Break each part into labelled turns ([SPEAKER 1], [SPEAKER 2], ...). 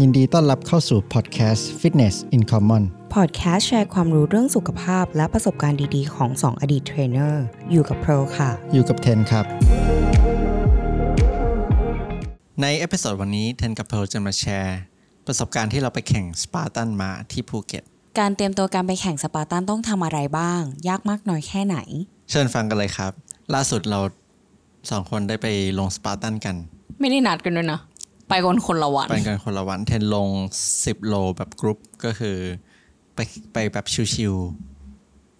[SPEAKER 1] ยินดีต้อนรับเข้าสู่พอดแคสต์ Fitness in Common
[SPEAKER 2] พอดแคสต์แชร์ความรู้เรื่องสุขภาพและประสบการณ์ดีๆ ของ 2 อดีตเทรนเนอร์ อยู่กับโปรค่ะ
[SPEAKER 1] อยู่กับเทนครับ ในเอพิโซดวันนี้เทนกับเพร์ลจะมาแชร์ ประสบการณ์ที่เราไปแข่งสปาร์ตันมาที่ภูเก็ต
[SPEAKER 2] การเตรียมตัวการไปแข่งสปาร์ตันต้องทำอะไรบ้าง ยากมากน้อยแค่ไหน
[SPEAKER 1] เชิญฟังกันเลยครับ ล่าสุดเราสองคนได้ไปลงสปาร์ตันกัน
[SPEAKER 3] ไม่ได้นัดกันด้วยนะ ไปคนคนละวัน
[SPEAKER 1] ไปกันคนละวันเทนลง 10 โลแบบกรุ๊ปก็คือไปไปแบบชิว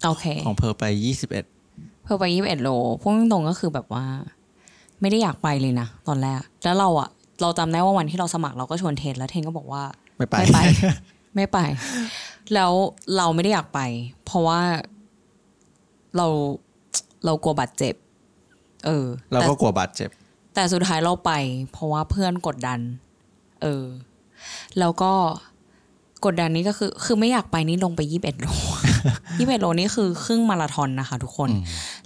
[SPEAKER 3] โอเค
[SPEAKER 1] ๆ ของเพร์ลไป 21
[SPEAKER 3] เพื่อไปยี่สิบเอ็ดโลพุ่งตรงๆก็คือแบบว่า ไม่ได้อยากไปเลยนะ ตอนแรก แล้วเราอะเราจำได้ว่าวันที่เราสมัครเราก็ชวนเทนแล้วเทนก็บอกว่า
[SPEAKER 1] ไม่ไป
[SPEAKER 3] ไม่ไป ไม่ไป แล้วเราไม่ได้อยากไป เพราะว่าเราเรากลัวบาดเจ็บ เออ
[SPEAKER 1] เรา
[SPEAKER 3] แต่
[SPEAKER 1] ก็กลัวบาดเจ็บ
[SPEAKER 3] แต่สุดท้ายเราไป เพราะว่าเพื่อนกดดัน เออ แล้วก็กดดันนี้ก็คือ คือไม่อยากไปนี่ลงไปยี่สิบเอ็ดโล ยี่สิบเอ็ดโลนี่คือครึ่งมาราธอนนะคะ ทุกคน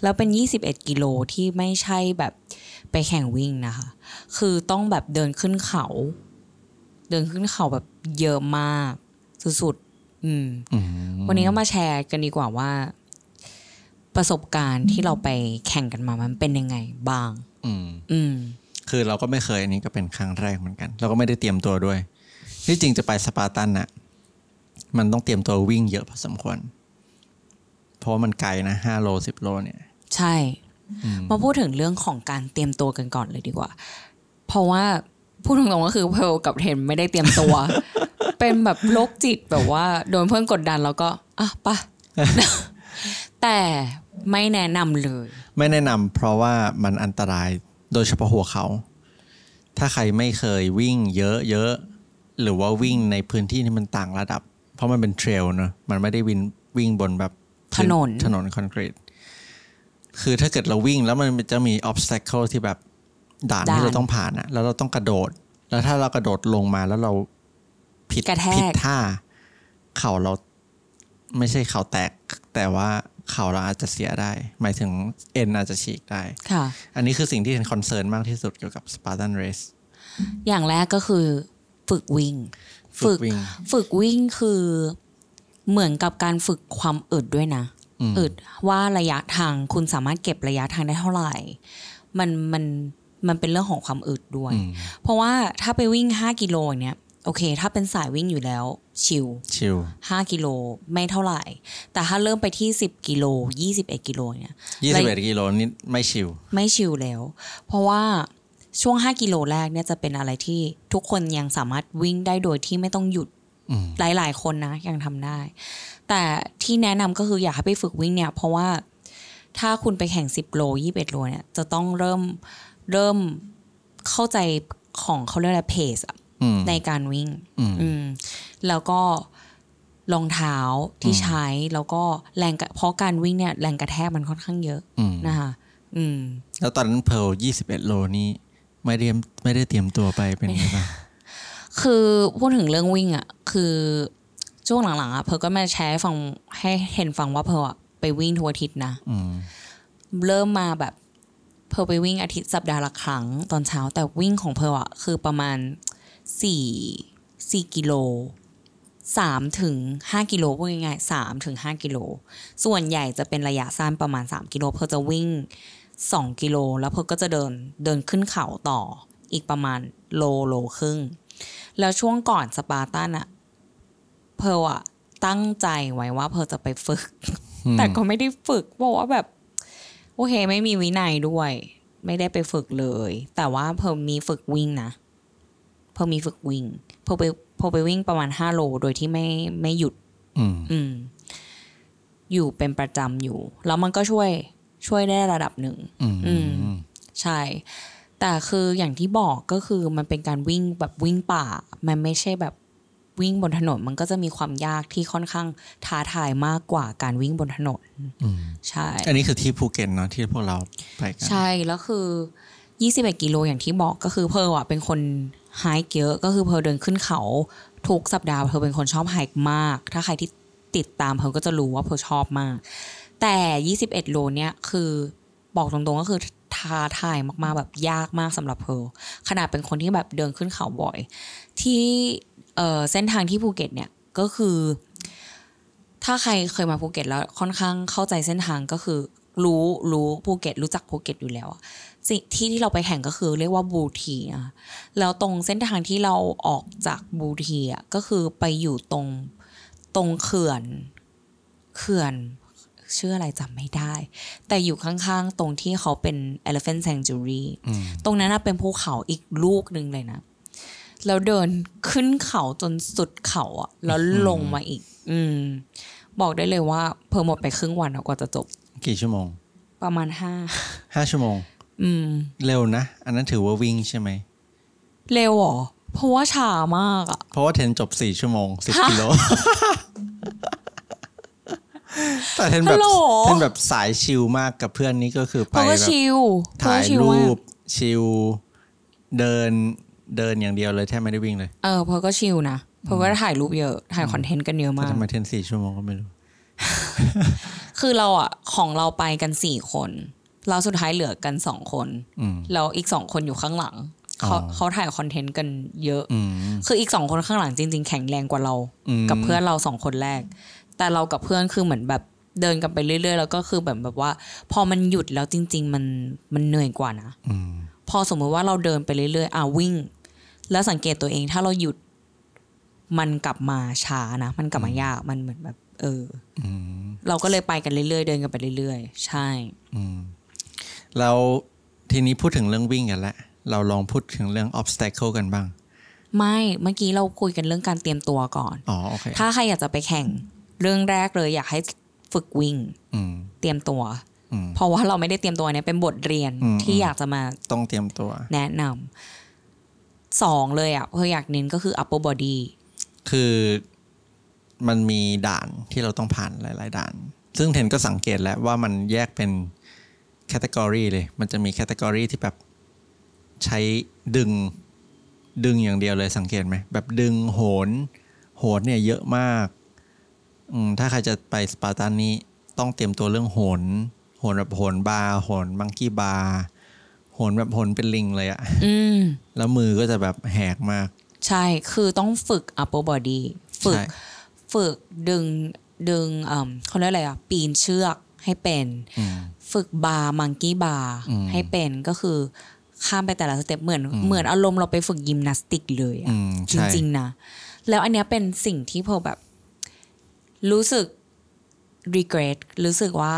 [SPEAKER 3] แล้วเป็นยี่สิบเอ็ดกิโลที่ไม่ใช่แบบไปแข่งวิ่งนะคะ คือต้องแบบเดินขึ้นเขา เดินขึ้นเขาแบบเยอะมาก สุดๆอืม
[SPEAKER 1] อืม
[SPEAKER 3] วันนี้ก็มาแชร์กันดีกว่าว่า ประสบการณ์ที่เราไปแข่งกันมามันเป็นยังไงบ้าง
[SPEAKER 1] อืม
[SPEAKER 3] อืม
[SPEAKER 1] คือเราก็ไม่เคยอันนี้ก็เป็นครั้งแรกเหมือนกัน เราก็ไม่ได้เตรียมตัวด้วย ที่จริงจะไปสปาร์ตันน่ะ มันต้องเตรียมตัววิ่งเยอะพอสมควร เพราะว่ามันไกลนะห้าโลสิบโลเนี่ย
[SPEAKER 3] ใช่ มาพูดถึงเรื่องของการเตรียมตัวกันก่อนเลยดีกว่า เพราะว่าพูดตรงๆก็คือเพลกับเทนไม่ได้เตรียมตัว เป็นแบบโรคจิตแบบว่า โดนเพื่อนกดดันแล้วก็อ่ะไปะ แต่ไม่แนะนำเลย
[SPEAKER 1] ไม่แนะนำเพราะว่ามันอันตรายโดยเฉพาะหัวเขา ถ้าใครไม่เคยวิ่งเยอะๆ หรือว่าวิ่งในพื้นที่ที่มันต่างระดับ เพราะมันเป็นเทรลเนอะมันไม่ได้วิ่งวิ่งบนแบบพื้
[SPEAKER 3] ถนน
[SPEAKER 1] ถนนคอนกรีต คือถ้าเกิดเราวิ่งแล้วมันจะมีอ b s t a c l e ที่แบบด่านที่เราต้องผ่านอะแล้วเราต้องกระโดด แล้วถ้าเรากระโดดลงมาแล้วเราผิด
[SPEAKER 3] กระแทก
[SPEAKER 1] ผิดท่า เข่าเราไม่ใช่เข่าแตก แต่ว่าเข่าเราอาจจะเสียได้ หมายถึงเอ็นอาจจะฉีกได้
[SPEAKER 3] ค่ะ
[SPEAKER 1] อันนี้คือสิ่งที่เทนคอนเซิร์นมากที่สุดเกี่ยวกับ Spartan Race
[SPEAKER 3] อย่างแรกก็คือฝึกวิ่ง
[SPEAKER 1] ฝึกวิ่ง
[SPEAKER 3] ฝึกวิ่งคือเหมือนกับการฝึกความอึดด้วยนะ
[SPEAKER 1] อืม
[SPEAKER 3] อึดว่าระยะทางคุณสามารถเก็บระยะทางได้เท่าไหร่ มันมันมันเป็นเรื่องของความอึดด้วย
[SPEAKER 1] อืม
[SPEAKER 3] เพราะว่าถ้าไปวิ่ง 5 กิโลอย่างเนี้ยโอเค ถ้าเป็นสายวิ่งอยู่แล้ว ชิล
[SPEAKER 1] ชิล
[SPEAKER 3] 5กิโลไม่เท่าไหร่ แต่ถ้าเริ่มไปที่ 10 กิโล 21 กิโลเนี่ย
[SPEAKER 1] ยี่สิบเอ็ด
[SPEAKER 3] ระยะ
[SPEAKER 1] กิโลนี่ไม่ชิล
[SPEAKER 3] ไม่ชิลแล้ว เพราะว่าช่วง 5 กิโลแรกเนี่ยจะเป็นอะไรที่ทุกคนยังสามารถวิ่งได้โดยที่ไม่ต้องหยุด
[SPEAKER 1] อืม
[SPEAKER 3] หลาย ๆ คนนะยังทำได้ แต่ที่แนะนำก็คืออยากให้ไปฝึกวิ่งเนี่ย เพราะว่าถ้าคุณไปแข่ง 10 โล 21 โลเนี่ย จะต้องเริ่มเริ่มเข้าใจของเขาเรียกอะไรเพส
[SPEAKER 1] อืม
[SPEAKER 3] ในการวิ่ง
[SPEAKER 1] อืม
[SPEAKER 3] อืมแล้วก็รองเท้าที่ใช้แล้วก็แรงกระเพราะการวิ่งเนี่ยแรงกระแทกมันค่อนข้างเยอะ
[SPEAKER 1] อืม
[SPEAKER 3] นะคะอืม
[SPEAKER 1] แล้วตอนนั้นเพลยี่สิบเอ็ดโลนี่ไม่ได้ไม่ได้เตรียมตัวไปเป็นไงบ้าง
[SPEAKER 3] คือพูดถึงเรื่องวิ่งอะคือช่วงหลังๆอะเพร์ลก็มาแชร์ให้ฟังให้เห็นฟังว่าเพร์ลอะไปวิ่งทุกอาทิตย์นะ
[SPEAKER 1] อืม
[SPEAKER 3] เริ่มมาแบบเพร์ลไปวิ่งอาทิตย์สัปดาห์ละครั้งตอนเช้า แต่วิ่งของเพร์ลอะคือประมาณสี่สี่กิโลสามถึงห้ากิโลพูดง่ายๆสามถึงห้ากิโล ส่วนใหญ่จะเป็นระยะสั้นประมาณสามกิโลเพร์ลจะวิ่งสองกิโล แล้วเพร์ลก็จะเดินเดินขึ้นเขาต่ออีกประมาณโลโลครึ่ง แล้วช่วงก่อนสปาร์ตันอะเพร์ลอะตั้งใจไว้ว่าเพร์ลจะไปฝึก
[SPEAKER 1] อืม
[SPEAKER 3] แต่ก็ไม่ได้ฝึกเพราะว่าแบบ โอเค ไม่มีวินัยด้วย ไม่ได้ไปฝึกเลย แต่ว่าเพร์ลมีฝึกวิ่งนะเพร์ลมีฝึกวิ่งเพร์ลไปเพร์ลไปวิ่งประมาณห้าโลโดยที่ไม่ไม่หยุด
[SPEAKER 1] อืม
[SPEAKER 3] อืม อยู่เป็นประจำอยู่ แล้วมันก็ช่วยช่วยได้ระดับหนึ่ง
[SPEAKER 1] อืม
[SPEAKER 3] อืม ใช่ แต่คืออย่างที่บอกก็คือมันเป็นการวิ่งแบบวิ่งป่า มันไม่ใช่แบบวิ่งบนถนน มันก็จะมีความยากที่ค่อนข้างท้าทายมากกว่าการวิ่งบนถนน
[SPEAKER 1] อืม
[SPEAKER 3] ใช่
[SPEAKER 1] อันนี้คือที่ภูเก็ตเนาะที่พวกเราไปกั
[SPEAKER 3] ใช่ แล้วคือ 21 กิโลอย่างที่บอกก็คือเพร์ลอ่ะเป็นคนไฮค์เยอะ ก็คือเพร์ลเดินขึ้นเขาทุกสัปดาห์เพร์ลเป็นคนชอบไฮค์มาก ถ้าใครที่ติดตามเพร์ลก็จะรู้ว่าเพร์ลชอบมาก แต่ 21 โลเนี่ยคือบอกตรงๆก็คือท้าทายมากๆแบบยากมากสำหรับเพร์ลขนาดเป็นคนที่แบบเดินขึ้นเขาบ่อย ที่ เอ่อเส้นทางที่ภูเก็ตเนี่ยก็คือ ถ้าใครเคยมาภูเก็ตแล้วค่อนข้างเข้าใจเส้นทางก็คือ รู้รู้ภูเก็ตรู้จักภูเก็ตอยู่แล้วอะสิที่ที่เราไปแข่งก็คือเรียกว่าบูทีนะคะแล้วตรงเส้นทางที่เราออกจากบูทีอ่ะก็คือไปอยู่ตรงตรงเขื่อนเขื่อนชื่ออะไรจำไม่ได้ แต่อยู่ข้างๆ ตรงที่เขาเป็น Elephant Sanctuary
[SPEAKER 1] อืม
[SPEAKER 3] ตรงนั้นน่ะเป็นภูเขาอีกลูกหนึ่งเลยนะ แล้วเดินขึ้นเขาจนสุดเขาอะแล้วลงมาอีก อืม บอกได้เลยว่า เพอหมดไปครึ่งวันอะกว่าจะจบ
[SPEAKER 1] กี่ชั่วโมง
[SPEAKER 3] ประมาณห้า
[SPEAKER 1] ห้าชั่วโมง
[SPEAKER 3] อืม
[SPEAKER 1] เร็วนะ อันนั้นถือว่าวิ่งใช่ไหม
[SPEAKER 3] เร็วเหรอ เพราะว่าช้ามากอะ
[SPEAKER 1] เพราะว่าเทนจบสี่ชั่วโมงสิบกิโล แต่เทนแบบเทนแบบสายชิลมากกับเพื่อนนี่ก็คือ
[SPEAKER 3] เพ
[SPEAKER 1] ไป
[SPEAKER 3] ราะ
[SPEAKER 1] แบ
[SPEAKER 3] ว่า
[SPEAKER 1] บ
[SPEAKER 3] ชิลเพราะ
[SPEAKER 1] ถ่า
[SPEAKER 3] ว่าย ชิล
[SPEAKER 1] รู
[SPEAKER 3] มาก
[SPEAKER 1] ปชิลเดินเดินอย่างเดียวเลยแทบไม่ได้วิ่งเลย
[SPEAKER 3] เออเพราะก็ชิลนะ เพราะว่าถ่ายรูปเยอะ ถ่ายคอนเทนต์กันเยอะ
[SPEAKER 1] แต่
[SPEAKER 3] มาก
[SPEAKER 1] ทำไมเทนสี่ชั่วโมงก็ไม่รู้
[SPEAKER 3] คือเราอะของเราไปกันสี่คน เราสุดท้ายเหลือกันสองคน
[SPEAKER 1] อืม
[SPEAKER 3] แล้วอีกสองคนอยู่ข้างหลัง
[SPEAKER 1] อ๋
[SPEAKER 3] เขา
[SPEAKER 1] อ
[SPEAKER 3] เขาถ่ายคอนเทนต์กันเยอะ
[SPEAKER 1] อืม
[SPEAKER 3] คืออีกสองคนข้างหลังจริง ๆ แข็งแรงกว่าเรา
[SPEAKER 1] อืม
[SPEAKER 3] กับเพื่อนเราสองคนแรก แต่เรากับเพื่อนคือเหมือนแบบเดินกันไปเรื่อย ๆ แล้วก็คือแบบแบบว่า พอมันหยุดแล้วจริง ๆ มันมันเหนื่อยกว่านะ
[SPEAKER 1] อืม
[SPEAKER 3] พอสมมติว่าเราเดินไปเรื่อยๆอ่ะวิ่ง แล้วสังเกตตัวเองถ้าเราหยุด มันกลับมาช้านะ มันกลับมายากมันเหมือนแบบ เออ
[SPEAKER 1] อืม
[SPEAKER 3] เราก็เลยไปกันเรื่อยๆเดินกันไปเรื่อยๆ ใช่
[SPEAKER 1] อืมเราทีนี้พูดถึงเรื่องวิ่งกันแล้วเราลองพูดถึงเรื่อง obstacle กันบ้าง
[SPEAKER 3] ไม่เมื่อกี้เราคุยกันเรื่องการเตรียมตัวก่อน
[SPEAKER 1] อ๋อ โอเค
[SPEAKER 3] ถ้าใครอยากจะไปแข่งเรื่องแรกเลยอยากให้ฝึกวิ่ง
[SPEAKER 1] อืม
[SPEAKER 3] เตรียมตัว
[SPEAKER 1] อืม
[SPEAKER 3] เพราะว่าเราไม่ได้เตรียมตัวเนี่ยเป็นบทเรียน
[SPEAKER 1] อืม
[SPEAKER 3] ที่
[SPEAKER 1] อืม
[SPEAKER 3] อยากจะมา
[SPEAKER 1] ต้องเตรียมตัว
[SPEAKER 3] แนะนำสองเลยอ่ะเพื่ออยากเน้นก็คือ upper body
[SPEAKER 1] คือมันมีด่านที่เราต้องผ่านหลาย ๆ ด่าน ซึ่งเทนก็สังเกตแล้วว่ามันแยกเป็นแคตตากรีเลย มันจะมีแคตตากรีที่แบบใช้ดึงดึงอย่างเดียวเลยสังเกตไหม แบบดึงโหน โหนเนี่ยเยอะมากอืมถ้าใครจะไปสปาร์ตันนี้ต้องเตรียมตัวเรื่องโหน โหนแบบโหนบาร์โหนมังกี้บาร์โหนแบบโหนเป็นลิงเลยอะ
[SPEAKER 3] อืม
[SPEAKER 1] แล้วมือก็จะแบบแหกมาก
[SPEAKER 3] ใช่ คือต้องฝึก upper body ฝึก
[SPEAKER 1] ใช่
[SPEAKER 3] ฝึกดึง ดึงเอ่อเขาเรียกอะไรอ่ะ ปีนเชือกให้เป็น
[SPEAKER 1] อืม
[SPEAKER 3] ฝึกบาร์มังกี้บาร์
[SPEAKER 1] อืม
[SPEAKER 3] ให้เป็นก็คือข้ามไปแต่ละสเต็ปเหมือน
[SPEAKER 1] อืม
[SPEAKER 3] เหมือนอารมณ์เราไปฝึกยิมนาสติกเลยอะ
[SPEAKER 1] อืม
[SPEAKER 3] จ
[SPEAKER 1] ใช่
[SPEAKER 3] ริงๆนะ แล้วอันเนี้ยเป็นสิ่งที่พอแบบ รู้สึก regret รู้สึกว่า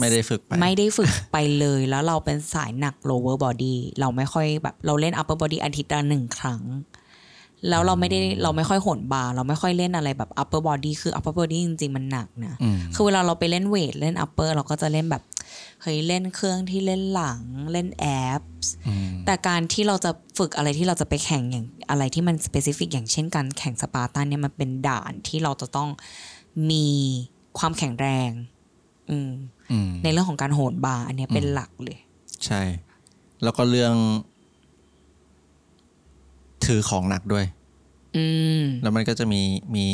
[SPEAKER 1] ไม่ได้ฝึกไป
[SPEAKER 3] ไม่ได้ฝึกไปเลย แล้วเราเป็นสายหนัก lower body เราไม่ค่อยแบบ เราเล่น upper body อาทิตย์ละหนึ่งครั้ง แล้วเราไม่ได้เราไม่ค่อยโหนบาร์เราไม่ค่อยเล่นอะไรแบบ upper body คือ upper body จริงๆ มันหนักนะ
[SPEAKER 1] อืม
[SPEAKER 3] คือเวลาเราไปเล่นเวทเล่น upper เราก็จะเล่นแบบเฮ้ยเล่นเครื่องที่เล่นหลังเล่นแอป
[SPEAKER 1] อืม
[SPEAKER 3] แต่การที่เราจะฝึกอะไรที่เราจะไปแข่งอย่างอะไรที่มันสเปซิฟิกอย่างเช่นการแข่งสปาร์ตันเนี่ยมันเป็นด่านที่เราจะต้องมีความแข็งแรง อืม
[SPEAKER 1] อืม
[SPEAKER 3] ในเรื่องของการโหนบาร์อันเนี้ยเป็นหลักเลย
[SPEAKER 1] ใช่ แล้วก็เรื่อง ถือของหนักด้วย
[SPEAKER 3] อืม
[SPEAKER 1] แล้วมันก็จะมีมี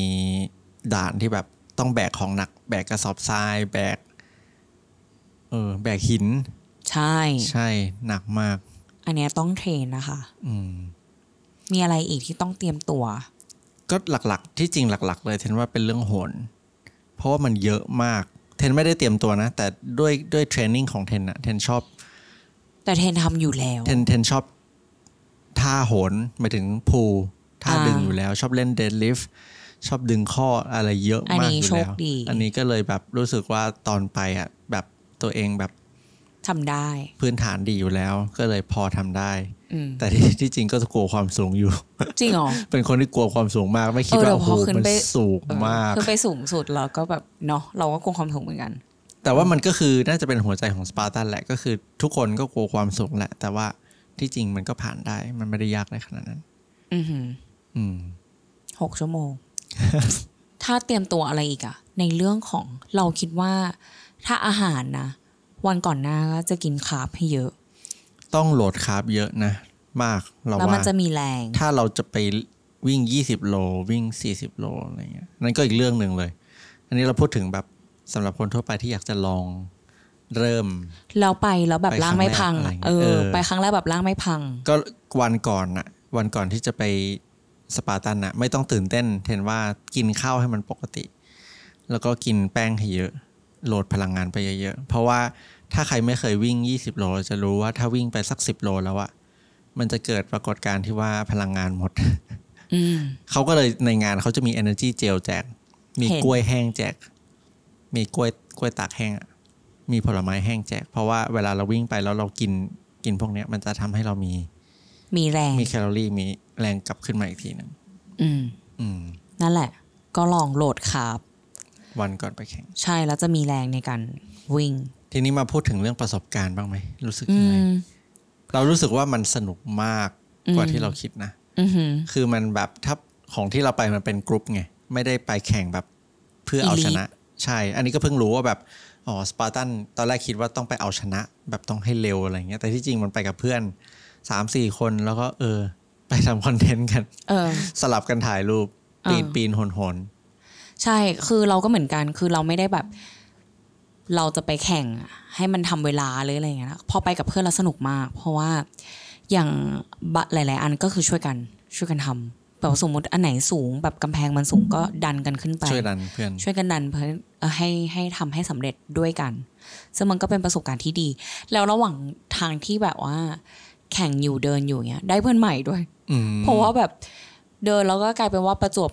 [SPEAKER 1] ด่านที่แบบต้องแบกของหนัก แบกกระสอบทรายแบก เออ แบกหิน
[SPEAKER 3] ใช่
[SPEAKER 1] ใช่หนักมาก
[SPEAKER 3] อันเนี้ยต้องเทรนนะคะ
[SPEAKER 1] อืม
[SPEAKER 3] มีอะไรอีกที่ต้องเตรียมตัว
[SPEAKER 1] ก็หลักๆ ที่จริงหลัก ๆ เลยเทนว่าเป็นเรื่องโหน เพราะว่ามันเยอะมาก เทนไม่ได้เตรียมตัวนะ แต่ด้วยด้วยเทรนนิ่งของเทนอะเทนชอบ
[SPEAKER 3] แต่เทรนทำอยู่แล้ว
[SPEAKER 1] เทนเทนชอบท่าโหนหมายถึงพูลท่า
[SPEAKER 3] อ่า
[SPEAKER 1] ดึงอยู่แล้ว ชอบเล่นเดดลิฟชอบดึงข้ออะไรเยอะ
[SPEAKER 3] อัน
[SPEAKER 1] มาก
[SPEAKER 3] นี้
[SPEAKER 1] อยู่
[SPEAKER 3] โช
[SPEAKER 1] แล้
[SPEAKER 3] คว ดี
[SPEAKER 1] อันนี้ก็เลยแบบรู้สึกว่าตอนไปอ่ะแบบตัวเองแบบ
[SPEAKER 3] ทำได้
[SPEAKER 1] พื้นฐานดีอยู่แล้ว ก็เลยพอทำได้
[SPEAKER 3] อืม
[SPEAKER 1] แต่ที่ที่จริงก็กลัวความสูงอยู่
[SPEAKER 3] จริงเหรอ
[SPEAKER 1] เป็นคนที่กลัวความสูงมาก ไม่คิด
[SPEAKER 3] เออ
[SPEAKER 1] ว่า
[SPEAKER 3] เดี๋ยว
[SPEAKER 1] โอ้โห
[SPEAKER 3] พอขึ้น
[SPEAKER 1] มัน
[SPEAKER 3] ไป
[SPEAKER 1] สูง
[SPEAKER 3] เออ
[SPEAKER 1] มาก
[SPEAKER 3] คือไปสูงสุดเราก็แบบเนาะเราก็กลัวความสูงเหมือนกัน
[SPEAKER 1] แต่ว่ามันก็คือน่าจะเป็นหัวใจของสปาร์ตันแหละก็คือ ทุกคนก็กลัวความสูงแหละ แต่ว่าที่จริงมันก็ผ่านได้มันไม่ได้ยากอะไรขนาดนั้น
[SPEAKER 3] อือหือ
[SPEAKER 1] อืม
[SPEAKER 3] หกชั่วโม ง ถ้าเตรียมตัวอะไรอีกอะในเรื่องของเราคิดว่า ถ้าอาหารนะ วันก่อนหน้าก็จะกินคาร์บให้เยอะ
[SPEAKER 1] ต้องโหลดคาร์บเยอะนะ มากเรา
[SPEAKER 3] แล้วมั
[SPEAKER 1] ว่าน
[SPEAKER 3] จะมีแรง
[SPEAKER 1] ถ้าเราจะไปวิ่ง 20 โลวิ่ง 40 โลอะไรเงี้ยนั่นก็อีกเรื่องหนึ่งเลย อันนี้เราพูดถึงแบบสำหรับคนทั่วไปที่อยากจะลองเริ่ม
[SPEAKER 3] แล้วไปแล้วแบบ
[SPEAKER 1] ไป
[SPEAKER 3] ร่างไม่พัง
[SPEAKER 1] ครั้งแรกอะไรอ
[SPEAKER 3] อะ
[SPEAKER 1] ย่างเงี้ย
[SPEAKER 3] เออ
[SPEAKER 1] เออ
[SPEAKER 3] ไปครั้งแรกแบบร่างไม่พัง
[SPEAKER 1] ก็วันก่อนน่ะวันก่อนที่จะไป สปาร์ตันอะไม่ต้องตื่นเต้นเทรนว่ากินข้าวให้มันปกติ แล้วก็กินแป้งให้เยอะโหลดพลังงานไปเยอะๆ เพราะว่าถ้าใครไม่เคยวิ่ง 20 โลจะรู้ว่าถ้าวิ่งไปสัก 10 โลแล้วอะมันจะเกิดปรากฏการณ์ที่ว่าพลังงานหมด
[SPEAKER 3] อืม
[SPEAKER 1] เขาก็เลยในงานเขาจะมี energy gel แจก มี
[SPEAKER 3] เห็น
[SPEAKER 1] กล้วยแห้งแจก มีกล้วยกล้วยตากแห้งอะมีผลไม้แห้งแจก เพราะว่าเวลาเราวิ่งไปแล้วเรากินกินพวกเนี้ยมันจะทำให้เรามี
[SPEAKER 3] มีแรง
[SPEAKER 1] มีแคลอรี่มีแรงกลับขึ้นมาอีกทีหนึ่ง
[SPEAKER 3] อืม
[SPEAKER 1] อืม
[SPEAKER 3] นั่นแหละ ก็ลองโหลดครับ
[SPEAKER 1] วันก่อนไปแข่ง
[SPEAKER 3] ใช่แล้วจะมีแรงในการวิ่ง
[SPEAKER 1] ทีนี้มาพูดถึงเรื่องประสบการณ์บ้างไหม รู้สึก
[SPEAKER 3] อื
[SPEAKER 1] ยังไง
[SPEAKER 3] ม
[SPEAKER 1] เรารู้สึกว่ามันสนุกมากกว่า
[SPEAKER 3] อืม
[SPEAKER 1] ที่เราคิดนะ
[SPEAKER 3] อือหือ
[SPEAKER 1] คือมันแบบถ้าของที่เราไปมันเป็นกรุ๊ปไง ไม่ได้ไปแข่งแบบเพื่อเอาชนะ ใช่ อันนี้ก็เพิ่งรู้ว่าแบบอ๋อสปาร์ตันตอนแรกคิดว่าต้องไปเอาชนะ แบบต้องให้เร็วอะไรเงี้ยแต่ที่จริงมันไปกับเพื่อนสามสี่คนแล้วก็เออ ไปทำคอนเทนต์ กัน
[SPEAKER 3] เออ
[SPEAKER 1] สลับกันถ่ายรูป ปีนปีนโหนโหน
[SPEAKER 3] ใช่ คือเราก็เหมือนกัน คือเราไม่ได้แบบ เราจะไปแข่งอะให้มันทำเวลาหรืออะไรอย่างเงี้ยนะพอไปกับเพื่อนเราสนุกมาก เพราะว่าอย่างบะหลาย ๆ อันก็คือช่วยกัน ช่วยกันทำแบบว่าสมมติอันไหนสูงแบบกำแพงมันสูงก็ดันกันขึ้นไป
[SPEAKER 1] ช่วยดันเพื่อน
[SPEAKER 3] ช่วยกันดันเพื่อเอ่อให้ให้ทำให้สำเร็จด้วยกัน ซึ่งมันก็เป็นประสบการณ์ที่ดี แล้วระหว่างทางที่แบบว่า แข่งอยู่เดินอยู่เนี้ย ได้เพื่อนใหม่ด้วย
[SPEAKER 1] อืม
[SPEAKER 3] เพราะว่าแบบเดินแล้วก็กลายเป็นว่าประจวบ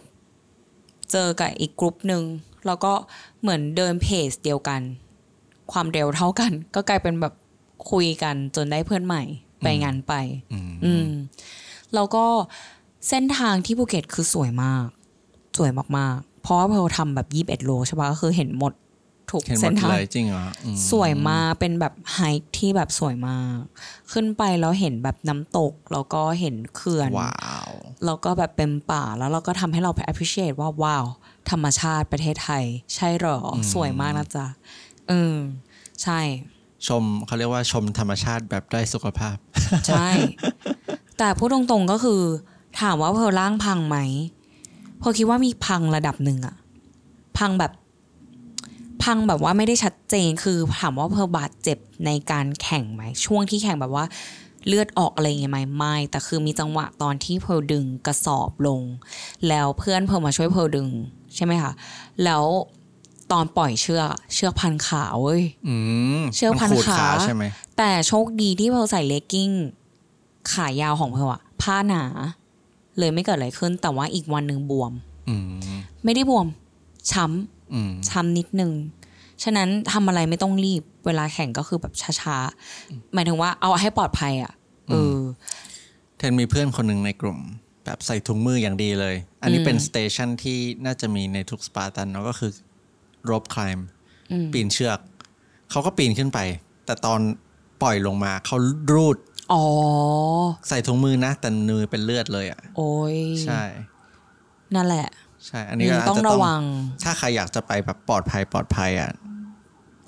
[SPEAKER 3] เจอกับอีกกลุ่มหนึ่งแล้วก็เหมือนเดินเพจเดียวกัน ความเร็วเท่ากัน ก็กลายเป็นแบบคุยกันจนได้เพื่อนใหม่ไปงานไป
[SPEAKER 1] อืม
[SPEAKER 3] อืมแล้วก็เส้นทางที่ภูเก็ตคือสวยมาก สวยมากๆ เพราะว่าเราทำแบบยีิบเอ็ดโลใช่ปะก็คือเห็นหมดถูก
[SPEAKER 1] เห็นหม
[SPEAKER 3] เส้น
[SPEAKER 1] ด
[SPEAKER 3] ทาง
[SPEAKER 1] เลยจริงเหรออืม
[SPEAKER 3] สวยมากเป็นแบบไฮค์ที่แบบสวยมาก ขึ้นไปแล้วเห็นแบบน้ำตก แล้วก็เห็นเขื่อน
[SPEAKER 1] ว้าว
[SPEAKER 3] แล้วก็แบบเป็นป่าแล้วเราก็ทำให้เรา appreciate ว่าว้าว ธรรมชาติประเทศไทย ใช่เหรอ
[SPEAKER 1] อืม
[SPEAKER 3] สวยมากนะจ๊ะเออใช่
[SPEAKER 1] ชมเขาเรียกว่าชมธรรมชาติแบบได้สุขภาพ
[SPEAKER 3] ใช่ แต่พูดตรงๆก็คือ ถามว่าเพอร่างพังไหมเพอคิดว่ามีพังระดับหนึ่งอะพังแบบ พังแบบว่าไม่ได้ชัดเจนคือถามว่าเพอบาดเจ็บในการแข่งไหมช่วงที่แข่งแบบว่าเลือดออกอะไรอย่างเงี้ยไหมไม่แต่คือมีจังหวะตอนที่เพอดึงกระสอบลง แล้วเพื่อนเพอมาช่วยเพอดึง ใช่ไหมคะแล้วตอนปล่อยเชือกเชือกพันขาเว้ย
[SPEAKER 1] อืม
[SPEAKER 3] เชือกพัน
[SPEAKER 1] มัขูด
[SPEAKER 3] ขา
[SPEAKER 1] ขาใช่ไหม
[SPEAKER 3] แต่โชคดีที่เพลใส่เลกกิ้ง ขายาวของเพลอะผ้าหนา เลยไม่เกิดอะไรขึ้น แต่ว่าอีกวันหนึ่งบวม
[SPEAKER 1] อืม
[SPEAKER 3] ไม่ได้บวม ช้
[SPEAKER 1] อืม
[SPEAKER 3] ำช้ำนิดนึง ฉะนั้นทำอะไรไม่ต้องรีบ เวลาแข่งก็คือแบบช้าๆ หมายถึงว่าเอาให้ปลอดภัยอะ่ะเออ
[SPEAKER 1] เทนมีเพื่อนคนหนึ่งในกลุ่ม แบบใส่ถุงมืออย่างดีเลย อันนี้
[SPEAKER 3] อืม
[SPEAKER 1] เป็นสเตชันที่น่าจะมีในทุกสปาร์ตันเนาะก็คือโรบคล m b
[SPEAKER 3] อืม
[SPEAKER 1] ปีนเชือก เขาก็ปีนขึ้นไป แต่ตอนปล่อยลงมาเขารูด
[SPEAKER 3] อ๋อ
[SPEAKER 1] ใส่ถุงมือนะ แต่มือเป็นเลือดเลยอะ่ะ
[SPEAKER 3] โอ้ย
[SPEAKER 1] ใช่
[SPEAKER 3] นั่นแหละ
[SPEAKER 1] ใช่ อันนี้ก็าจจะ
[SPEAKER 3] ต้องระวัง
[SPEAKER 1] ถ้าใครอยากจะไปแบบปลอดภัยปลอดภัยอะ่ะ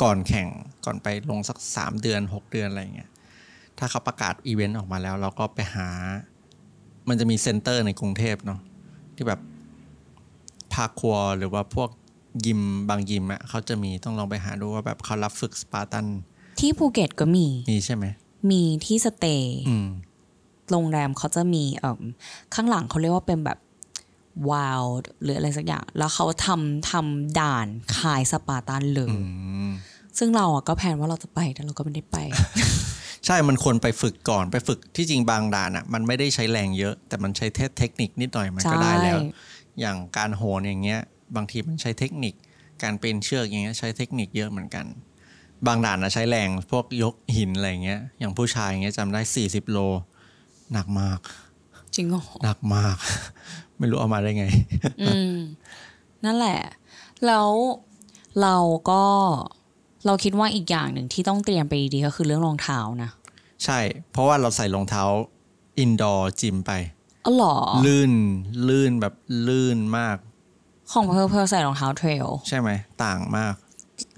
[SPEAKER 1] ก่อนแข่งก่อนไปลงสักสามเดือนหกเดือนอะไรอย่างเงี้ยถ้าเขาประกาศอีเวนต์ออกมาแล้ว เราก็ไปหา มันจะมีเซ็นเตอร์ในกรุงเทพเนาะที่แบบพาคัวหรือว่าพวกยิมบางยิมอะเขาจะมีต้องลองไปหาดูว่าแบบเขารับฝึกสปาร์ตัน
[SPEAKER 3] ที่ภูเก็ตก็มี
[SPEAKER 1] มีใช่ไหม
[SPEAKER 3] มีที่สเตย์
[SPEAKER 1] อืม
[SPEAKER 3] โรงแรมเขาจะมีเอ่มข้างหลังเขาเรียกว่าเป็นแบบวาวหรืออะไรสักอย่าง แล้วเขาทำทำด่านขายสปาร์ตันเลย
[SPEAKER 1] อืม
[SPEAKER 3] ซึ่งเราอ่ะก็แพลนว่าเราจะไปแต่เราก็ไม่ได้ไป
[SPEAKER 1] ใช่มันควรไปฝึกก่อนไปฝึกที่จริงบางด่านอะมันไม่ได้ใช้แรงเยอะ แต่มันใช้เทคเทคนิคนิดหน่อยมันก็ได้แล้ว
[SPEAKER 3] ใช่
[SPEAKER 1] อย่างการโหนอย่างเงี้ย บางทีมันใช้เทคนิค การเป็นเชือกอย่างเงี้ยใช้เทคนิคเยอะเหมือนกัน บางด่านนะใช้แรงพวกยกหินอะไรอย่างเงี้ย อย่างผู้ชายอย่างเงี้ยจำได้ 40 โล หนักมาก
[SPEAKER 3] จริงเหรอ
[SPEAKER 1] หนักมาก ไม่รู้เอามาได้ไง
[SPEAKER 3] อืม นั่นแหละ แล้วเราก็เราคิดว่าอีกอย่างหนึ่งที่ต้องเตรียมไปดีๆก็คือเรื่องรองเท้านะ
[SPEAKER 1] ใช่ เพราะว่าเราใส่รองเท้าอินดอร์จิมไป
[SPEAKER 3] อ๋อเหรอ
[SPEAKER 1] ลื่นลื่นแบบลื่นมาก
[SPEAKER 3] ของเพอเพอใส่รองเท้าเทรล
[SPEAKER 1] ใช่ไหมต่างมาก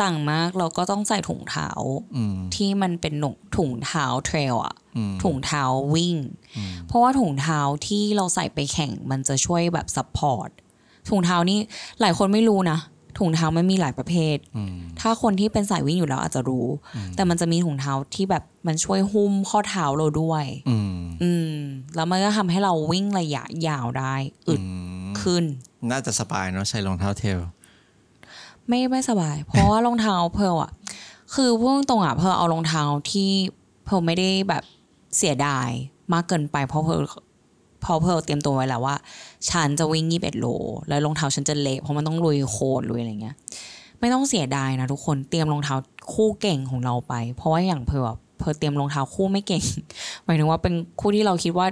[SPEAKER 3] ต่างมากเราก็ต้องใส่ถุงเท้า
[SPEAKER 1] อืม
[SPEAKER 3] ที่มันเป็นหนุถุงเท้าเทรลอะ
[SPEAKER 1] อืม
[SPEAKER 3] ถุงเท้าวิ่ง เพราะว่าถุงเท้าที่เราใส่ไปแข่งมันจะช่วยแบบซัพพอร์ตถุงเท้านี่หลายคนไม่รู้นะ ถุงเท้ามันมีหลายประเภท
[SPEAKER 1] อืม
[SPEAKER 3] ถ้าคนที่เป็นสายวิ่งอยู่แล้วอาจจะรู้ แต่มันจะมีถุงเท้าที่แบบมันช่วยหุ้มข้อเท้าเราด้วย
[SPEAKER 1] อืม
[SPEAKER 3] อืม แล้วมันก็ทำให้เราวิ่งระยะยาวได้ อึด
[SPEAKER 1] อืม
[SPEAKER 3] ขึ้น
[SPEAKER 1] น่าจะสบายเนาะใส่รองเท้าเทล
[SPEAKER 3] ไม่ไม่สบาย เพราะว่ารองเท้าเพลอะคือพูดตรงๆอะเพลเอารองเท้าที่เพลไม่ได้แบบเสียดายมากเกินไป เพราะเพลเพราะเพลเตรียมตัวไว้แล้วว่า ฉันจะวิ่งยี่สิบเอ็ดโล แล้วรองเท้าฉันจะเละเพราะมันต้องลุยโคลนลุยอะไรเงี้ย ไม่ต้องเสียดายนะทุกคนเตรียมรองเท้าคู่เก่งของเราไป เพราะว่าอย่างเพลอะเพลเตรียมรองเท้าคู่ไม่เก่ง หมายถึงว่าเป็นคู่ที่เราคิดว่า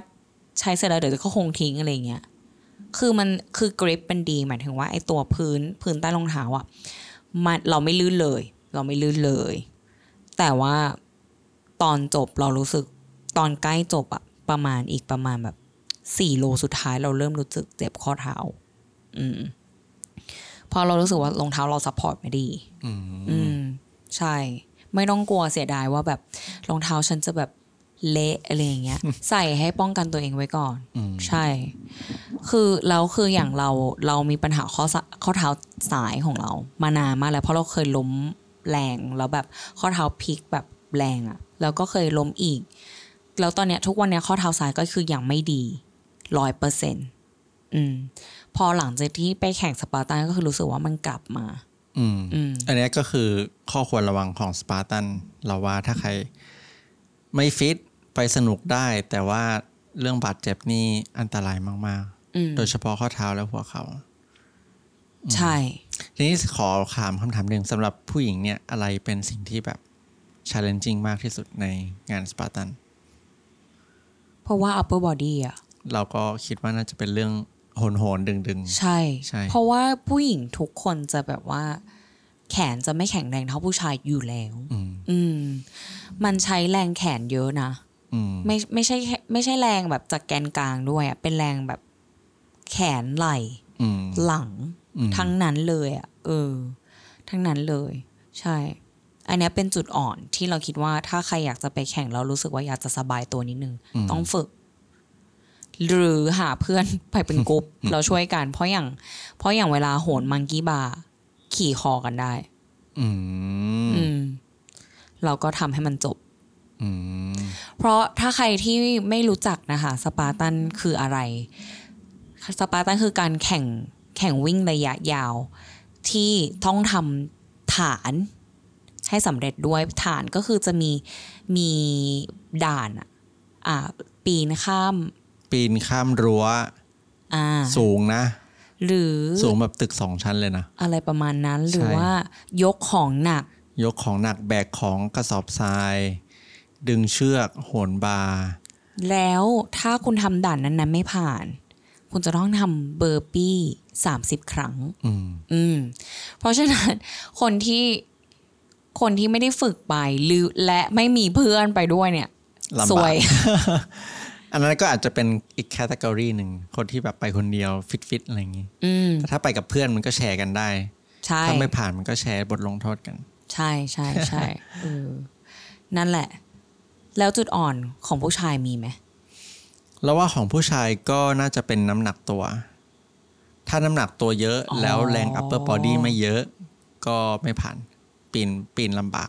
[SPEAKER 3] ใช้เสร็จแล้วเดี๋ยวก็คงทิ้งอะไรเงี้ยคือมันคือกริปเป็นดีหมายถึงว่าไอ้ตัวพื้นพื้นใต้รองเท้าอะ มันเราไม่ลื่นเลย เราไม่ลื่นเลย แต่ว่าตอนจบเรารู้สึกตอนใกล้จบอะประมาณอีกประมาณแบบสี่โลสุดท้ายเราเริ่มรู้สึกเจ็บข้อเท้า อืมเพอเรารู้สึกว่ารองเท้าเราซัพพอร์ตไม่ดี
[SPEAKER 1] อืม
[SPEAKER 3] อืม ใช่ ไม่ต้องกลัวเสียดายว่าแบบรองเท้าฉันจะแบบเละอะไรอย่างเงี้ย ใส่ให้ป้องกันตัวเองไว้ก่อน
[SPEAKER 1] อืม
[SPEAKER 3] ใช่ คือแล้วคืออย่างเราเรามีปัญหาข้อสะข้อเท้าสายของเรา มานานมากแล้วเพราะเราเคยล้มแรงแล้วแบบข้อเท้าพลิกแบบแรงอะแล้วก็เคยล้มอีก แล้วตอนเนี้ยทุกวันเนี้ยข้อเท้าซ้ายก็คือยังไม่ดีร้อยเปอร์เซ็นต์อืม พอหลังจากที่ไปแข่งสปาร์ตันก็คือรู้สึกว่ามันกลับมา
[SPEAKER 1] อืม
[SPEAKER 3] อืม
[SPEAKER 1] อันเนี้ยก็คือข้อควรระวังของสปาร์ตันเราว่าถ้าใครไม่ฟิตไปสนุกได้ แต่ว่าเรื่องบาดเจ็บนี่อันตรายมาก
[SPEAKER 3] อืม
[SPEAKER 1] ๆ โดยเฉพาะข้อเท้าและหัวเขา
[SPEAKER 3] ใช่
[SPEAKER 1] ทีนี้ขอถามคำถามหนึ่งสำหรับผู้หญิงเนี่ยอะไรเป็นสิ่งที่แบบ challenging มากที่สุดในงานสปาร์ตัน
[SPEAKER 3] เพราะว่า upper body อ่ะ
[SPEAKER 1] เราก็คิดว่าน่าจะเป็นเรื่องโหนโหนดึงดึง
[SPEAKER 3] ใช่
[SPEAKER 1] ใช่
[SPEAKER 3] เพราะว่าผู้หญิงทุกคนจะแบบว่า แขนจะไม่แข็งแรงเท่าผู้ชายอยู่แล้ว
[SPEAKER 1] ๆอืม
[SPEAKER 3] อืม มันใช้แรงแขนเยอะนะ
[SPEAKER 1] อืม
[SPEAKER 3] ไม่ไม่ใช่แค่ไม่ใช่แรงแบบจากแกนกลางด้วยอะเป็นแรงแบบแขนไหล่
[SPEAKER 1] อืม
[SPEAKER 3] หลัง
[SPEAKER 1] อืม
[SPEAKER 3] ทั้งนั้นเลยอะเออ ทั้งนั้นเลย ใช่ อันเนี้ยเป็นจุดอ่อนที่เราคิดว่าถ้าใครอยากจะไปแข่งแล้วรู้สึกว่าอยากจะสบายตัวนิดนึง
[SPEAKER 1] ม
[SPEAKER 3] ต้องฝึก หรือหาเพื่อน ไปเป็นกลุ่มเราช่วยกัน เพราะอย่าง เพราะอย่างเวลาโหนมังกี้บาร์ขี่คอกันได้
[SPEAKER 1] อืม
[SPEAKER 3] อืม เราก็ทำให้มันจบ
[SPEAKER 1] อืม
[SPEAKER 3] เพราะถ้าใครที่ไม่รู้จักนะคะ สปาร์ตันคืออะไร สปาร์ตันคือการแข่งแข่งวิ่งระยะยาว ที่ต้องทำฐานให้สำเร็จด้วยฐานก็คือจะมีมีด่านอะอ่ะปีนข้าม
[SPEAKER 1] ปีนข้ามรั้ว
[SPEAKER 3] อ่า
[SPEAKER 1] สูงนะ
[SPEAKER 3] หรือ
[SPEAKER 1] สูงแบบตึกสองชั้นเลยนะ
[SPEAKER 3] อะไรประมาณนั้นหรือ
[SPEAKER 1] ใช่
[SPEAKER 3] ว่ายกของหนัก
[SPEAKER 1] ยกของหนักแบกของกระสอบทราย ดึงเชือกโหนบาร์
[SPEAKER 3] แล้วถ้าคุณทำด่านนั้นๆไม่ผ่าน คุณจะต้องทำเบอร์ปี้สามสิบครั้ง
[SPEAKER 1] อืม
[SPEAKER 3] อืม เพราะฉะนั้น คนที่คนที่ไม่ได้ฝึกไปหรือและไม่มีเพื่อนไปด้วยเนี่ย
[SPEAKER 1] ลำบาก
[SPEAKER 3] สวย
[SPEAKER 1] อันนั้นก็อาจจะเป็นอีกแคตตากรีหนึ่งคนที่แบบไปคนเดียวฟิตๆอะไรอย่างงี้
[SPEAKER 3] อืม
[SPEAKER 1] แต่ถ้าไปกับเพื่อนมันก็แชร์กันได้
[SPEAKER 3] ใช่
[SPEAKER 1] ถ้าไม่ผ่านมันก็แชร์บทลงโทษกัน
[SPEAKER 3] ใช่ใช่ใช่ เออนั่นแหละ แล้วจุดอ่อนของผู้ชายมีไหม
[SPEAKER 1] แล้วว่าของผู้ชายก็น่าจะเป็นน้ำหนักตัว ถ้าน้ำหนักตัวเยอะแล้วแรง upper body ไม่เยอะ ก็ไม่ผ่านปีนปีนลำบาก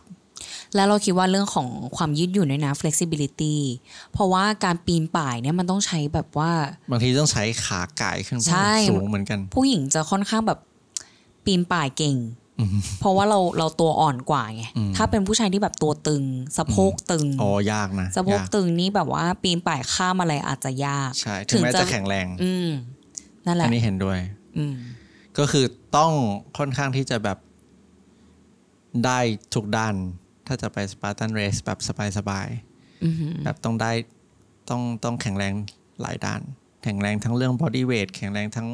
[SPEAKER 3] แล้วเราคิดว่าเรื่องของความยืดหยุ่นด้วยนะ flexibility เพราะว่าการปีนป่ายเนี่ยมันต้องใช้แบบว่า
[SPEAKER 1] บางทีต้องใช้ขาก่ายขึ้นไป
[SPEAKER 3] ใช่
[SPEAKER 1] สูงเหมือนกัน
[SPEAKER 3] ผู้หญิงจะค่อนข้างแบบปีนป่ายเก่ง
[SPEAKER 1] อืม
[SPEAKER 3] เพราะว่าเราเราตัวอ่อนกว่าไง
[SPEAKER 1] อืม
[SPEAKER 3] ถ้าเป็นผู้ชายที่แบบตัวตึง สะโพกตึง
[SPEAKER 1] อ๋อยากนะ
[SPEAKER 3] สะโพก
[SPEAKER 1] ยาก
[SPEAKER 3] ตึงนี่แบบว่าปีนป่ายข้ามอะไรอาจจะยาก
[SPEAKER 1] ใช่ถึงแม้จะแข็งแรง
[SPEAKER 3] อืม นั่นแห
[SPEAKER 1] อั
[SPEAKER 3] ละ
[SPEAKER 1] นนี้เห็นด้วย
[SPEAKER 3] อืม
[SPEAKER 1] ก็คือต้องค่อนข้างที่จะแบบได้ทุกด้าน ถ้าจะไปสปาร์ตันเรสแบบสบาย
[SPEAKER 3] อือหือ
[SPEAKER 1] ๆแบบต้องได้ต้องต้องแข็งแรงหลายด้าน แข็งแรงทั้งเรื่องบอดี้เวทแข็งแรงทั้ง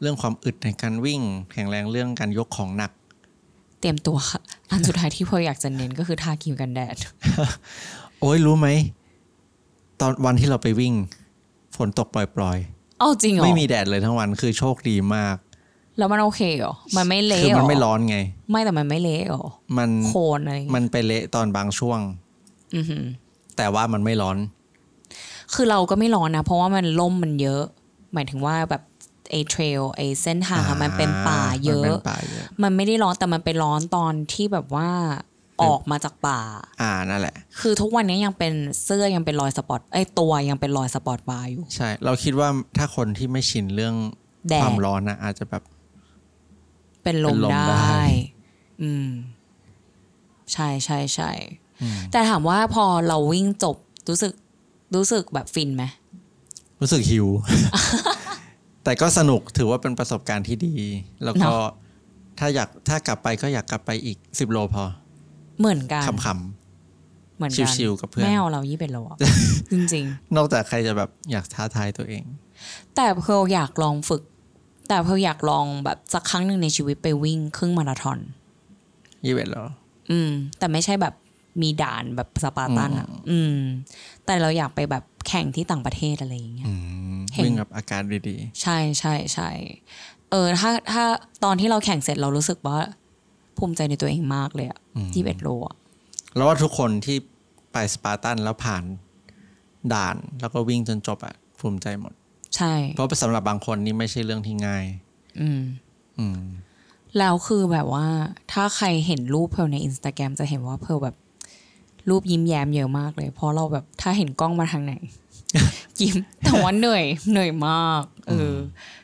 [SPEAKER 1] เรื่องความอึดในการวิ่ง แข็งแรงเรื่องการยกของหนัก
[SPEAKER 3] เตรียมตัวค่ะ อันสุดท้ายที่พ่ออยากจะเน้นก็คือทาครีมกันแดด
[SPEAKER 1] โอ้ยรู้ไหม ตอนวันที่เราไปวิ่ง ฝนตกปล่อย
[SPEAKER 3] เอาจริงเหร
[SPEAKER 1] ๆ
[SPEAKER 3] อ
[SPEAKER 1] ไม่มีแดดเลยทั้งวันคือโชคดีมาก
[SPEAKER 3] แล้วมันโอเคเหรอ มันไม่เละ
[SPEAKER 1] คือ
[SPEAKER 3] เหร
[SPEAKER 1] มัน
[SPEAKER 3] อ
[SPEAKER 1] ไม่ร้อนไง
[SPEAKER 3] ไม่แต่มันไม่เละเหรอ
[SPEAKER 1] มัน
[SPEAKER 3] โคนอะไรอย่างเงี้ย
[SPEAKER 1] มันไปเละตอนบางช่วง
[SPEAKER 3] อือหือ
[SPEAKER 1] แต่ว่ามันไม่ร้อน
[SPEAKER 3] คือเราก็ไม่ร้อนนะ เพราะว่ามันล่มมันเยอะ หมายถึงว่าแบบ ไอ้เทรลไอ้เส้นทางอะ
[SPEAKER 1] อ่า
[SPEAKER 3] มันเป็นป่าเย
[SPEAKER 1] มัน
[SPEAKER 3] อะ
[SPEAKER 1] เป็นป่าเยอะ
[SPEAKER 3] มันไม่ได้ร้อนแต่มันไปร้อนตอนที่แบบว่า
[SPEAKER 1] เป็น
[SPEAKER 3] ออกมาจากป่า
[SPEAKER 1] อ่านั่นแหละ
[SPEAKER 3] คือทุกวันนี้ยังเป็นเสื้อยังเป็นรอยสปอตไอ้ยตัวยังเป็นรอยสปอตบาร์อยู่
[SPEAKER 1] ใช่ เราคิดว่าถ้าคนที่ไม่ชินเรื่อง
[SPEAKER 3] แด
[SPEAKER 1] ค
[SPEAKER 3] ด
[SPEAKER 1] วามร้อนนะอาจจะแบบ
[SPEAKER 3] เป็นลม
[SPEAKER 1] เป็นลม
[SPEAKER 3] ได้
[SPEAKER 1] ได้
[SPEAKER 3] อืม ใช่ใช่ใช่
[SPEAKER 1] อืม
[SPEAKER 3] แต่ถามว่าพอเราวิ่งจบรู้สึกรู้สึกแบบฟินไหม
[SPEAKER 1] รู้สึก หิว แต่ก็สนุกถือว่าเป็นประสบการณ์ที่ดี แล้วก็
[SPEAKER 3] เนอะ
[SPEAKER 1] ถ้าอยากถ้ากลับไปก็อยากกลับไปอีกสิบโลพอ
[SPEAKER 3] เหมือนกัน
[SPEAKER 1] ขำ
[SPEAKER 3] เหมือนกัน
[SPEAKER 1] ชิวๆกับเพื่อน
[SPEAKER 3] ไม่เอาเรายี่เป็นโล อะ จริง ๆ
[SPEAKER 1] ๆ นอกจากใครจะแบบอยากท้าทายตัวเอง
[SPEAKER 3] แต่เพลอยากลองฝึก แต่เพลอยากลองแบบสักครั้งหนึ่งในชีวิตไปวิ่งครึ่งมาราธอน
[SPEAKER 1] ยี่เวทเหรอ
[SPEAKER 3] อืม แต่ไม่ใช่แบบมีด่านแบบสปาร์ตันอ่ะ อืม แต่เราอยากไปแบบแข่งที่ต่างประเทศอะไรอย่างเงี้ย
[SPEAKER 1] อืม
[SPEAKER 3] เห็น
[SPEAKER 1] วิ่งกับอาการดี
[SPEAKER 3] ใช่ใช่ใช่เออ ถ้าถ้าตอนที่เราแข่งเสร็จเรารู้สึกว่า ภูมิใจในตัวเองมากเลยอะยี่สิบเอ็ดโลอะ
[SPEAKER 1] ๆ แล้วว่าทุกคนที่ไปสปาร์ตันแล้วผ่านด่าน แล้วก็วิ่งจนจบอะภูมิใจหมด
[SPEAKER 3] ใช่
[SPEAKER 1] เพราะสำหรับบางคนนี่ไม่ใช่เรื่องที่ง่าย
[SPEAKER 3] อืม
[SPEAKER 1] อืม
[SPEAKER 3] แล้วคือแบบว่า ถ้าใครเห็นรูปเพลในอินสตาแกรมจะเห็นว่าเพลแบบ รูปยิ้มแย้มเยอะมากเลย เพราะเราแบบถ้าเห็นกล้องมาทางไหน ยิ้มแต่ว่าเหนื่อยเหนื่อยมากเอออ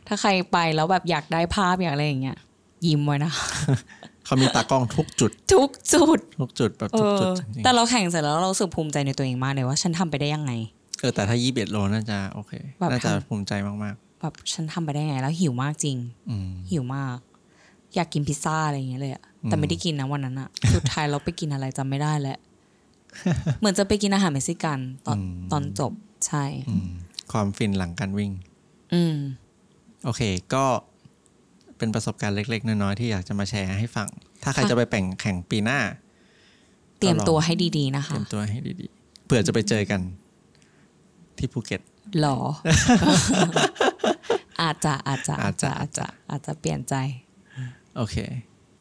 [SPEAKER 3] ถ้าใครไปแล้วแบบอยากได้ภาพอยากอะไรอย่างเงี้ยยิ้มไว้นะ
[SPEAKER 1] เขามีตากล้องทุกจุด
[SPEAKER 3] ทุกจุด
[SPEAKER 1] ทุกจุดแบบ
[SPEAKER 3] เอ
[SPEAKER 1] ทุก
[SPEAKER 3] อ
[SPEAKER 1] จุดจริงๆ
[SPEAKER 3] แต่เราแข่งเสร็จแล้วเรารู้สึกภูมิใจในตัวเองมากเลยว่าฉันทำไปได้ยังไง
[SPEAKER 1] เออแต่ถ้ายี่สิบเอ็ดโลน่าจะโอเค
[SPEAKER 3] แบบ
[SPEAKER 1] น่าจะ
[SPEAKER 3] ทำ
[SPEAKER 1] ภูมิใจมาก
[SPEAKER 3] แบบฉันทำไปได้ยังไง แล้วหิวมากจริง
[SPEAKER 1] ๆ อืม
[SPEAKER 3] หิวมาก อยากกินพิซซ่าอะไรอย่างเงี้ยเลยอะแต่ไม่ได้กินนะวันนั้นอะสุดท้ายเราไปกินอะไรจำไม่ได้ แล้ว เหมือนจะไปกินอาหารเม็กซิกันตอน
[SPEAKER 1] อืม
[SPEAKER 3] ตอนจบใช่
[SPEAKER 1] อืม ความฟินหลังการวิ่ง
[SPEAKER 3] อืม
[SPEAKER 1] โอเค ก็เป็นประสบการณ์เล็ก ๆ น้อยๆที่อยากจะมาแชร์ให้ฟัง ถ้าใคร
[SPEAKER 3] ค่ะ
[SPEAKER 1] จะไปแข่งแข่งปีหน้า
[SPEAKER 3] เตรียมตัวให้ดีๆนะ
[SPEAKER 1] เตรี
[SPEAKER 3] คะ
[SPEAKER 1] ยมตัวให้ดีๆ เผื่อจะไปเจอกัน ที่ภูเก็ต
[SPEAKER 3] หร อ อาจจะอาจจะ
[SPEAKER 1] อา
[SPEAKER 3] อา
[SPEAKER 1] จ
[SPEAKER 3] จ
[SPEAKER 1] จะ
[SPEAKER 3] จะอาจจะอาจจะเปลี่ยนใจ
[SPEAKER 1] โอเค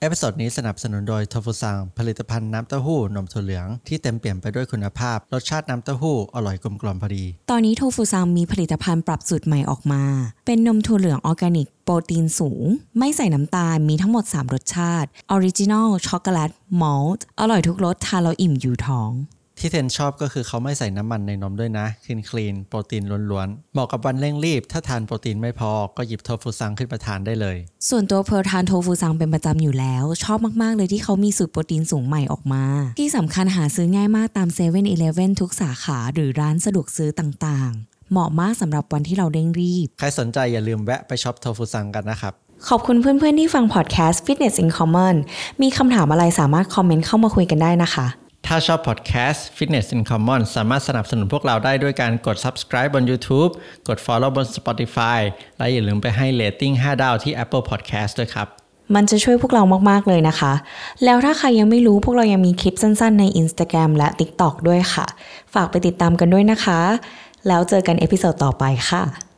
[SPEAKER 1] เอพิโซดนี้สนับสนุนโดยทอฟูซังผลิตภัณฑ์น้ำเต้าหู้นมถั่วเหลือง ที่เต็มเปี่ยมไปด้วยคุณภาพ รสชาติน้ำเต้าหู้อร่อยกลมกล่อมพอดี
[SPEAKER 3] ตอนนี้โทฟูซังมีผลิตภัณฑ์ปรับสูตรใหม่ออกมา เป็นนมถั่วเหลืองออร์แกนิก โปรตีนสูง ไม่ใส่น้ำตาล มีทั้งหมด 3 รสชาติ ออริจินอล ช็อกโกแลต มอลต์ อร่อยทุกรส ทานแล้วอิ่มอยู่ท้อง
[SPEAKER 1] ที่เทนชอบก็คือเขาไม่ใส่น้ำมันในนมด้วยนะคลีนคลีนโปรตีนล้วนๆ เหมาะกับวันเร่งรีบ ถ้าทานโปรตีนไม่พอก็หยิบทอฟูซังขึ้นมาทานได้เลย
[SPEAKER 3] ส่วนตัวเพลทานโทฟูซังเป็นประจำอยู่แล้ว ชอบมาก ๆ เลยที่เขามีสูตรโปรตีนสูงใหม่ออกมา ที่สำคัญหาซื้อง่ายมากตาม7 e เ e ่ e อทุกสาขาหรือร้านสะดวกซื้อต่างๆ เหมาะมากสำหรับวันที่เราเร่งรีบ
[SPEAKER 1] ใครสนใจอย่าลืมแวะไปช็อปทอฟูซังกันนะครับ
[SPEAKER 2] ขอบคุณเพื่อนๆที่ฟังพอดแคสต์ Fitness in Common มีคำถามอะไรสามารถคอมเมนต์เข้ามาคุยกันได้นะคะ
[SPEAKER 1] ถ้าชอบพอดแคสต์ Fitness in Common สามารถสนับสนุนพวกเราได้ด้วยการกด subscribe บน YouTube กด follow บน Spotify และอย่าลืมไปให้ rating 5 ดาวที่ Apple Podcast ด้วยครับ
[SPEAKER 2] มันจะช่วยพวกเรามากๆเลยนะคะ แล้วถ้าใครยังไม่รู้พวกเรายังมีคลิปสั้นๆใน Instagram และ TikTok ด้วยค่ะ ฝากไปติดตามกันด้วยนะคะ แล้วเจอกันเอพิโซดต่อไปค่ะ